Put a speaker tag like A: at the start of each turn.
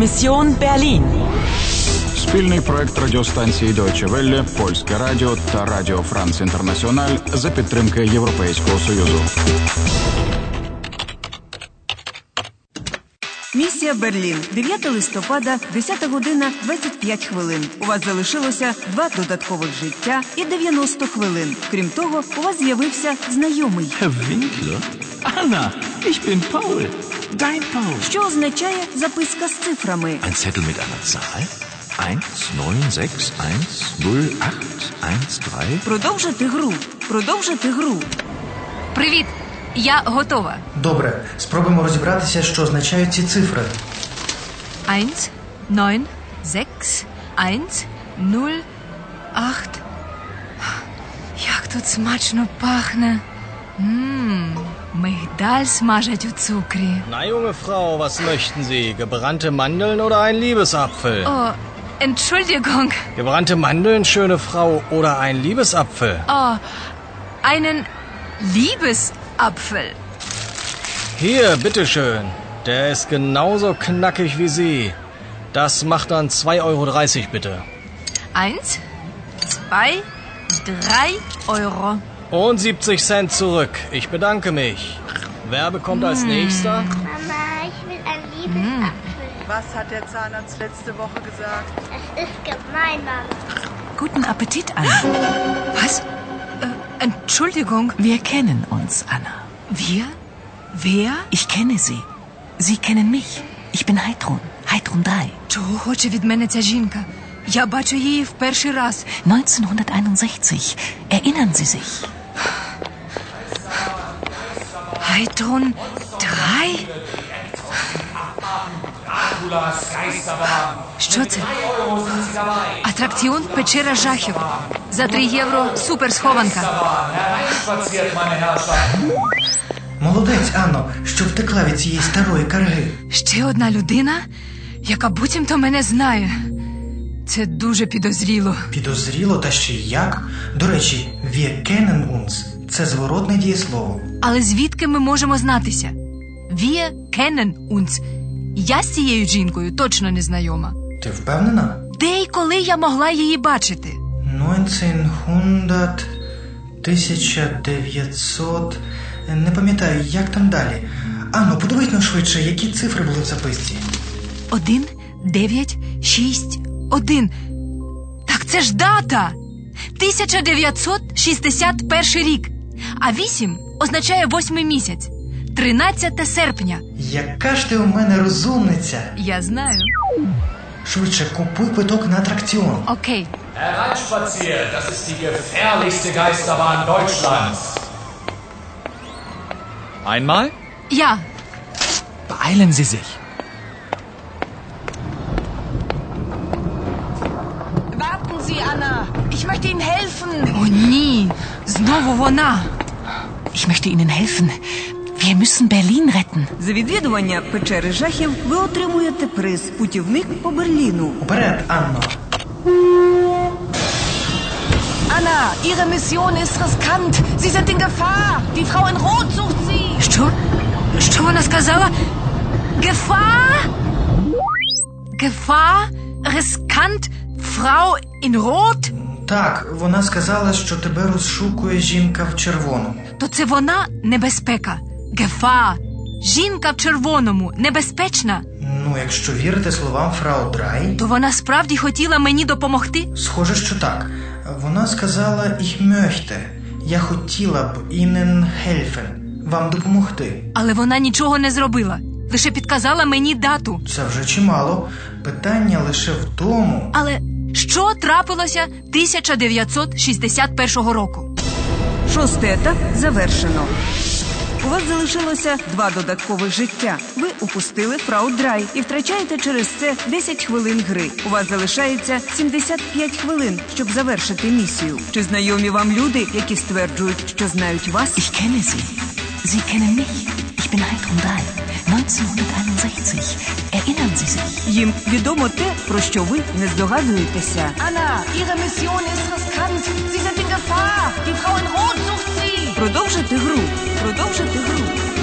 A: Mission Berlin.
B: Спільний проект радіостанції Deutsche Welle, Польське Радіо та Радіо Франц Інтернаціональ за підтримки Європейського Союзу.
C: Місія Берлін 9 листопада, 10 година 25 хвилин. У вас залишилося два додаткових життя і 90 хвилин. Крім того, у вас з'явився знайомий,
D: Herr Winkler? Anna, ich bin Paul. Dein Paul.
C: що означає записка з цифрами.
D: Ein Zettel mit einer Zahl? 1, 9, 6, 1, 0, 8, 1, 3.
C: Продовжити гру. Продовжити гру.
E: Привіт! Я готова.
F: Добре, спробуємо розібратися, що означають ці цифри.
E: 1, 9, 6, 1, 0, 8. Як тут смачно пахне. Мм, мигдаль смажать у цукрі.
G: Na, junge Frau, was möchten Sie? Gebrannte Mandeln oder ein Liebesapfel?
E: О, Entschuldigung.
G: Gebrannte Mandeln, schöne Frau, oder ein Liebesapfel?
E: О, einen Liebesapfel.
G: Hier, bitteschön. Der ist genauso knackig wie Sie. Das macht dann 2,30 Euro bitte.
E: Eins, zwei, drei Euro.
G: Und 70 Cent zurück. Ich bedanke mich. Wer bekommt als nächster?
H: Mama, ich will ein Liebesapfel.
I: Was hat der Zahnarzt letzte Woche gesagt?
H: Das ist gemein, Mama.
C: Guten Appetit an.
E: Was? Äh, Entschuldigung.
I: Wir kennen uns, Anna.
E: Wir? Wer?
I: Ich kenne Sie. Sie kennen mich. Ich bin Heidrun. Heidrun 3.
E: Чого хоче від мене ця жінка? Я бачу її в перший раз.
I: 1961. Erinnern Sie sich?
E: Гайтрон Драй? Що це? Атракціон печера жахів. За 3 євро суперсхованка.
F: Молодець, Анно, що втекла від цієї старої карги.
E: Ще одна людина, яка буцімто мене знає. Це дуже підозріло.
F: Підозріло та ще й як. До речі, wir kennen uns – це зворотне дієслово.
E: Але звідки ми можемо знатися? Wir kennen uns. Я з цією жінкою точно не знайома.
F: Ти впевнена?
E: Де і коли я могла її бачити?
F: 1900, 1900... Не пам'ятаю, як там далі. Анно, подивись нам швидше, які цифри були в записці.
E: Один, дев'ять, шість, один. Так це ж дата. 1961 рік. А вісім означає восьмий місяць. 13 серпня.
F: Яка ж ти у мене розумниця?
E: Я знаю.
F: Швидше купуй квиток на атракціон.
E: Окей.
J: Hereinspaziert, das ist die gefährlichste Geisterbahn Deutschlands.
D: Einmal?
E: Я.
D: Beeilen Sie sich.
I: Warten Sie, Anna. Ich möchte Ihnen helfen.
E: О, ні. Знову вона.
I: Ich möchte Ihnen helfen. Wir müssen Berlin retten.
C: За відвідування печери жахів ви отримуєте приз путівник по Берліну.
F: Уперед, Анно.
I: Anna, Ihre Mission ist riskant. Sie sind in Gefahr. Die Frau in Rot sucht Sie.
E: Що? Що вона сказала? Гефа? Гефа? Рискант? Фрау ін рот?
F: Так, вона сказала, що тебе розшукує жінка в червоному.
E: то це вона небезпека. Гефа. Жінка в червоному небезпечна.
F: Ну, якщо вірити словам фрау Драй,
E: То вона справді хотіла мені допомогти?
F: схоже, що так. Вона сказала «Ich möchte», я хотіла б Ihnen helfen, вам допомогти.
E: Але вона нічого не зробила, лише підказала мені дату.
F: Це вже чимало. Питання лише в тому.
E: Але що трапилося 1961 року?
C: Шостий етап завершено. У вас залишилося два додаткових життя. Ви упустили фрау драй і втрачаєте через це 10 хвилин гри. У вас залишається 75 хвилин, щоб завершити місію. Чи знайомі вам люди, які стверджують, що знають вас?
I: Ich kenne Sie. Sie kennen mich. Ich bin Heidrun 3. 1961. Erinnern Sie sich?
C: Їм відомо те, про що ви не здогадуєтеся.
I: Anna, Ihre Mission ist riskant. Sie sind in Gefahr. Die Frau in Rot sucht Sie.
C: Продовжити гру. Продовжити гру.